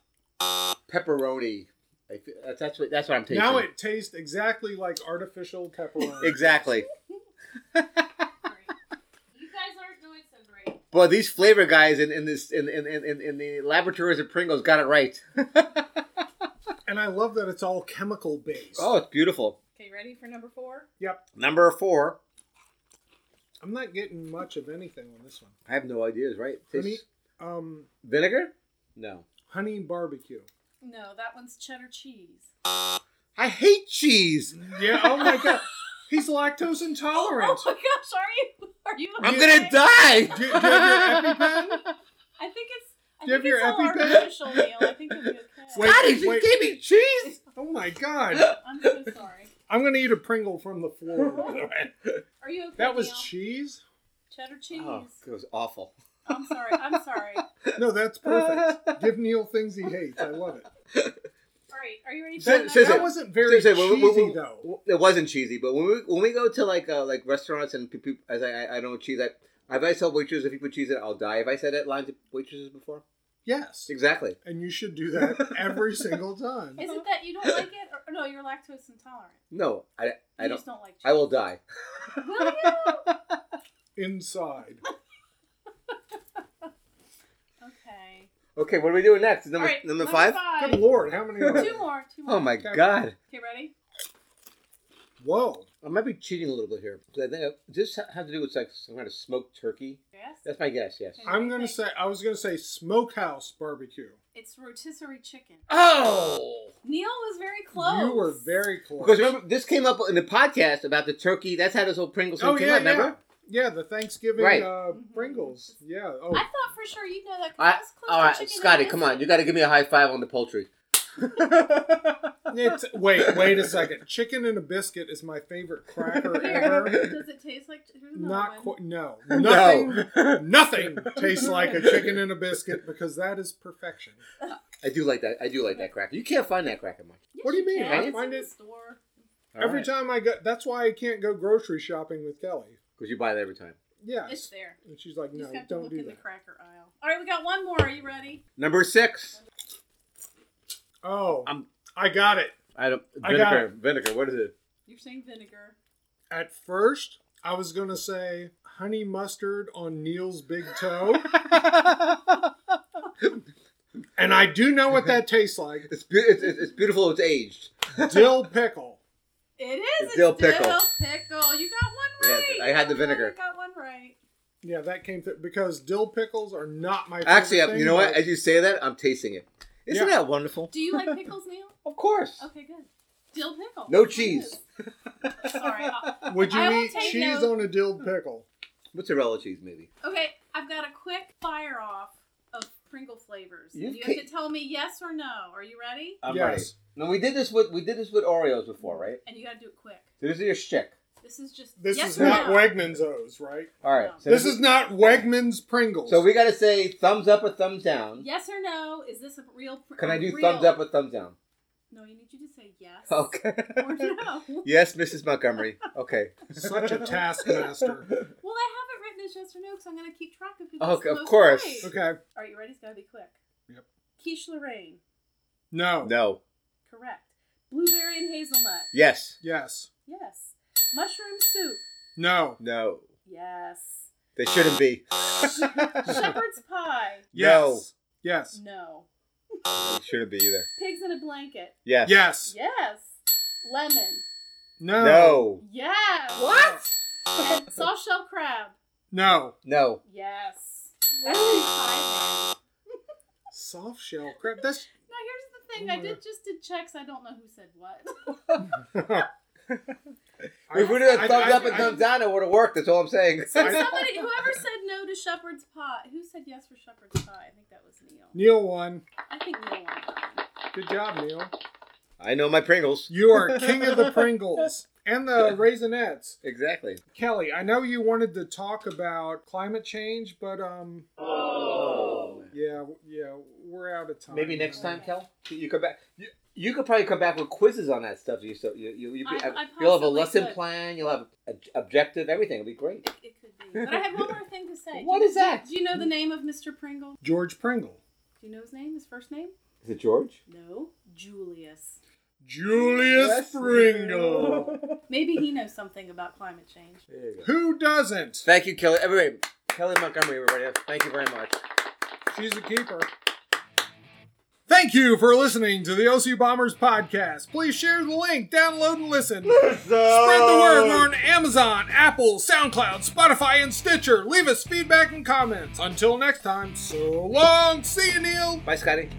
Speaker 6: Pepperoni. I, fe- that's, that's what that's what I'm tasting.
Speaker 1: Now it tastes exactly like artificial pepperoni.
Speaker 6: exactly.
Speaker 5: Sorry. you guys aren't doing so great.
Speaker 6: Well, these flavor guys in, in this in, in, in, in- in the laboratories of Pringles got it right.
Speaker 1: And I love that it's all chemical based.
Speaker 6: oh, it's beautiful.
Speaker 5: Okay, ready for number four?
Speaker 1: Yep.
Speaker 6: Number four.
Speaker 1: I'm not getting much of anything on this one.
Speaker 6: I have no ideas. Right?
Speaker 1: Honey,
Speaker 6: Tastes-
Speaker 1: um,
Speaker 6: vinegar? No.
Speaker 1: honey barbecue.
Speaker 5: No, that one's cheddar cheese.
Speaker 6: I hate cheese.
Speaker 1: Yeah. Oh my god. He's lactose intolerant.
Speaker 5: Oh my gosh, are you? Are you?
Speaker 6: I'm
Speaker 5: okay?
Speaker 6: gonna die.
Speaker 1: Do, do you have your EpiPen?
Speaker 5: I think it's. I
Speaker 1: Do you
Speaker 5: think
Speaker 1: have your
Speaker 5: it's all
Speaker 1: EpiPen?
Speaker 5: artificial, Neil. I think you'll be okay.
Speaker 1: Wait.
Speaker 6: God, he just gave me cheese.
Speaker 1: Oh my god.
Speaker 5: I'm so sorry.
Speaker 1: I'm gonna eat a Pringle from the floor.
Speaker 6: Oh,
Speaker 1: by the way.
Speaker 5: Are you okay?
Speaker 1: That was
Speaker 5: Neil?
Speaker 1: cheese.
Speaker 5: cheddar cheese.
Speaker 6: Oh, it was awful.
Speaker 5: I'm
Speaker 6: Oh,
Speaker 5: sorry. I'm sorry. All
Speaker 1: No, that's perfect. Give Neil things he hates. I love it.
Speaker 5: right. Are you ready for
Speaker 6: Say-
Speaker 5: another?
Speaker 6: say-
Speaker 1: That
Speaker 6: say-
Speaker 1: wasn't very
Speaker 6: Seriously,
Speaker 1: cheesy
Speaker 6: when we- when we-
Speaker 1: though.
Speaker 6: It wasn't cheesy, but when we when we go to like uh, like restaurants and people, as I I, I don't cheese. I I've I told waitresses if you put cheese in, it, I'll die. Have I said that line to waitresses before?
Speaker 1: Yes.
Speaker 6: Exactly.
Speaker 1: And you should do that every single time.
Speaker 5: Is it that you don't like it? Or, no, you're lactose intolerant.
Speaker 6: No, I
Speaker 5: You
Speaker 6: I don't.
Speaker 5: just don't like cheese.
Speaker 6: I will die.
Speaker 5: Will you?
Speaker 1: Inside.
Speaker 5: Okay.
Speaker 6: Okay, what are we doing next? Number
Speaker 5: All right.
Speaker 6: number five.
Speaker 1: Good lord, how many? Are
Speaker 5: Two
Speaker 1: there?
Speaker 5: more. Two more.
Speaker 6: Oh my
Speaker 1: Okay.
Speaker 6: god!
Speaker 5: Okay, ready?
Speaker 1: Whoa.
Speaker 6: I might be cheating a little bit here. 'cause I think uh, this ha- has to do with like some kind of smoked turkey.
Speaker 5: Yes.
Speaker 6: That's my guess. Yes.
Speaker 5: Okay.
Speaker 1: I'm gonna say I was gonna say smokehouse barbecue.
Speaker 5: It's rotisserie chicken.
Speaker 6: Oh.
Speaker 5: Neil was very close.
Speaker 1: You were very close.
Speaker 6: Because remember, this came up in the podcast about the turkey. That's how this whole Pringles thing
Speaker 1: oh
Speaker 6: came
Speaker 1: yeah,
Speaker 6: up. Remember?
Speaker 1: yeah, yeah. The Thanksgiving
Speaker 6: Right. Mm-hmm.
Speaker 1: uh,
Speaker 5: Mhm.
Speaker 1: Pringles. Yeah. Oh,
Speaker 5: I thought for sure you'd know that. 'cause
Speaker 6: I,
Speaker 5: that's close
Speaker 6: all
Speaker 5: to
Speaker 6: right,
Speaker 5: chicken
Speaker 6: Scotty,
Speaker 5: and
Speaker 6: come
Speaker 5: bacon.
Speaker 6: on. You got to give me a high five on the poultry.
Speaker 1: it's, wait, wait a second. Chicken and a biscuit is my favorite cracker ever.
Speaker 5: Here, does it taste like? Here's another
Speaker 1: Not
Speaker 5: one.
Speaker 1: quite. No, nothing.
Speaker 6: No.
Speaker 1: Nothing tastes like a chicken and a biscuit because that is perfection.
Speaker 6: I do like that. I do like that cracker. You can't find that cracker much.
Speaker 5: Yes,
Speaker 1: What do you mean?
Speaker 5: Can.
Speaker 6: I
Speaker 5: It's
Speaker 1: find
Speaker 5: in
Speaker 1: it-
Speaker 5: the store.
Speaker 1: Every time I go, that's why I can't go grocery shopping with Kelly.
Speaker 6: Because you buy it every time.
Speaker 5: It's
Speaker 1: Yes.
Speaker 5: there.
Speaker 1: And she's like,
Speaker 5: You
Speaker 1: no,
Speaker 5: just have to
Speaker 1: don't
Speaker 5: look
Speaker 1: do
Speaker 5: in the
Speaker 1: that.
Speaker 5: cracker aisle. All right, we got one more. Are you ready?
Speaker 6: Number six.
Speaker 1: Oh,
Speaker 6: I'm-
Speaker 1: I got it.
Speaker 6: I don't
Speaker 1: I got
Speaker 6: vinegar. vinegar. What is it?
Speaker 5: You're saying vinegar.
Speaker 1: At first, I was gonna say honey mustard on Neil's big toe, and I do know what that tastes like.
Speaker 6: It's, be- it's, it's it's beautiful. It's aged.
Speaker 1: Dill pickle.
Speaker 5: It is
Speaker 6: It's
Speaker 5: a
Speaker 6: dill
Speaker 5: dill
Speaker 6: pickle.
Speaker 5: pickle. You got one
Speaker 6: Yeah,
Speaker 5: right.
Speaker 6: I had the
Speaker 5: You
Speaker 6: vinegar.
Speaker 5: Got one right.
Speaker 1: Yeah, that came through because dill pickles are not my favorite
Speaker 6: Actually, I-
Speaker 1: thing,
Speaker 6: you know what?
Speaker 1: but
Speaker 6: As you say that, I'm tasting it. Isn't
Speaker 1: Yeah.
Speaker 6: that wonderful?
Speaker 5: Do you like pickles, Neil?
Speaker 6: Of course.
Speaker 5: Okay, good. Dill pickle.
Speaker 6: No
Speaker 5: That's what it
Speaker 6: cheese.
Speaker 5: is. Sorry. I-
Speaker 1: Would you
Speaker 5: I will
Speaker 1: eat
Speaker 5: take
Speaker 1: cheese
Speaker 5: no-
Speaker 1: on a dill pickle?
Speaker 6: Mozzarella cheese, maybe.
Speaker 5: Okay, I've got a quick fire off of Pringle flavors.
Speaker 6: You
Speaker 5: You,
Speaker 6: ca-
Speaker 5: have to tell me yes or no. Are you ready?
Speaker 6: I'm
Speaker 1: yes.
Speaker 6: ready. No, we did this with we did this with Oreos before, right?
Speaker 5: And you got to do it quick.
Speaker 6: So this is your shtick.
Speaker 5: This is just
Speaker 1: This
Speaker 5: yes
Speaker 1: is
Speaker 5: or
Speaker 1: not
Speaker 5: no.
Speaker 1: Wegmans O's, right?
Speaker 6: All right.
Speaker 5: No.
Speaker 6: So
Speaker 1: This is not Wegmans Pringles.
Speaker 6: So we got to say thumbs up or thumbs down.
Speaker 5: Yes or no? Is this a real? pr-
Speaker 6: Can I do
Speaker 5: real-
Speaker 6: thumbs up or thumbs down?
Speaker 5: No, you need you to say yes.
Speaker 6: Okay.
Speaker 5: Or no.
Speaker 6: yes, Mrs. Montgomery. Okay.
Speaker 1: such a taskmaster.
Speaker 5: Well, I have it written as yes or no because I'm going to keep track of who gets
Speaker 6: Okay,
Speaker 5: the
Speaker 6: of
Speaker 5: most
Speaker 6: course.
Speaker 5: right.
Speaker 1: Okay,
Speaker 5: All right, you ready? It's got to be quick.
Speaker 1: Yep.
Speaker 5: Quiche Lorraine.
Speaker 1: no,
Speaker 6: No.
Speaker 5: Correct. Blueberry and hazelnut.
Speaker 6: Yes.
Speaker 1: yes,
Speaker 5: Yes. Mushroom soup.
Speaker 1: no,
Speaker 6: No.
Speaker 5: Yes.
Speaker 6: They shouldn't be.
Speaker 5: Shepherd's pie.
Speaker 1: yes, yes,
Speaker 5: No.
Speaker 6: They shouldn't be either.
Speaker 5: Pigs in a blanket.
Speaker 6: Yes.
Speaker 1: yes,
Speaker 5: Yes. Lemon.
Speaker 1: no,
Speaker 6: No.
Speaker 5: Yes. And soft shell crab.
Speaker 1: no.
Speaker 6: No.
Speaker 5: Yes. That's pretty high.
Speaker 1: Soft shell crab. That's
Speaker 5: Now here's the thing. I did just did checks. I don't know who said what.
Speaker 6: if we did a thumbs up and thumbs down, it would have worked. That's all I'm saying.
Speaker 5: So somebody, whoever said no to shepherd's pie, who said yes for shepherd's pie? I think that was Neil.
Speaker 1: Neil won.
Speaker 5: I think Neil won. that
Speaker 1: Good job, Neil.
Speaker 6: I know my Pringles.
Speaker 1: You are king of the Pringles and the Raisinets.
Speaker 6: Exactly.
Speaker 1: Kelly, I know you wanted to talk about climate change, but um,
Speaker 6: Oh.
Speaker 1: yeah, yeah, we're out of time.
Speaker 6: Maybe next time, Kel, you come back. You, you could probably come back with quizzes on that stuff. You so you you, you
Speaker 5: I-
Speaker 6: will
Speaker 5: I
Speaker 6: have a
Speaker 5: possibly
Speaker 6: lesson
Speaker 5: could.
Speaker 6: plan. You'll have an objective. Everything. It'll be great.
Speaker 5: one. It could be. But I have one more thing to say.
Speaker 6: What
Speaker 5: What is
Speaker 6: is that?
Speaker 5: Do you know the name of Mr. Pringle?
Speaker 1: George Pringle,
Speaker 5: Do you know his name? His first name?
Speaker 6: Is it George?
Speaker 5: No, Julius.
Speaker 1: Julius
Speaker 6: Yes.
Speaker 1: Pringle.
Speaker 5: Maybe he knows something about climate change.
Speaker 6: There you go.
Speaker 1: Who doesn't?
Speaker 6: Thank you, Kelly. Everybody, Kelly Montgomery. Everybody, thank you very much.
Speaker 1: She's a keeper. Thank you for listening to the OC Bombers podcast. Please share the link, download, and listen. Spread the word. We're on Amazon, Apple, SoundCloud, Spotify, and Stitcher. Leave us feedback and comments. Until next time, so long. See you, Neil.
Speaker 6: Bye, Scotty.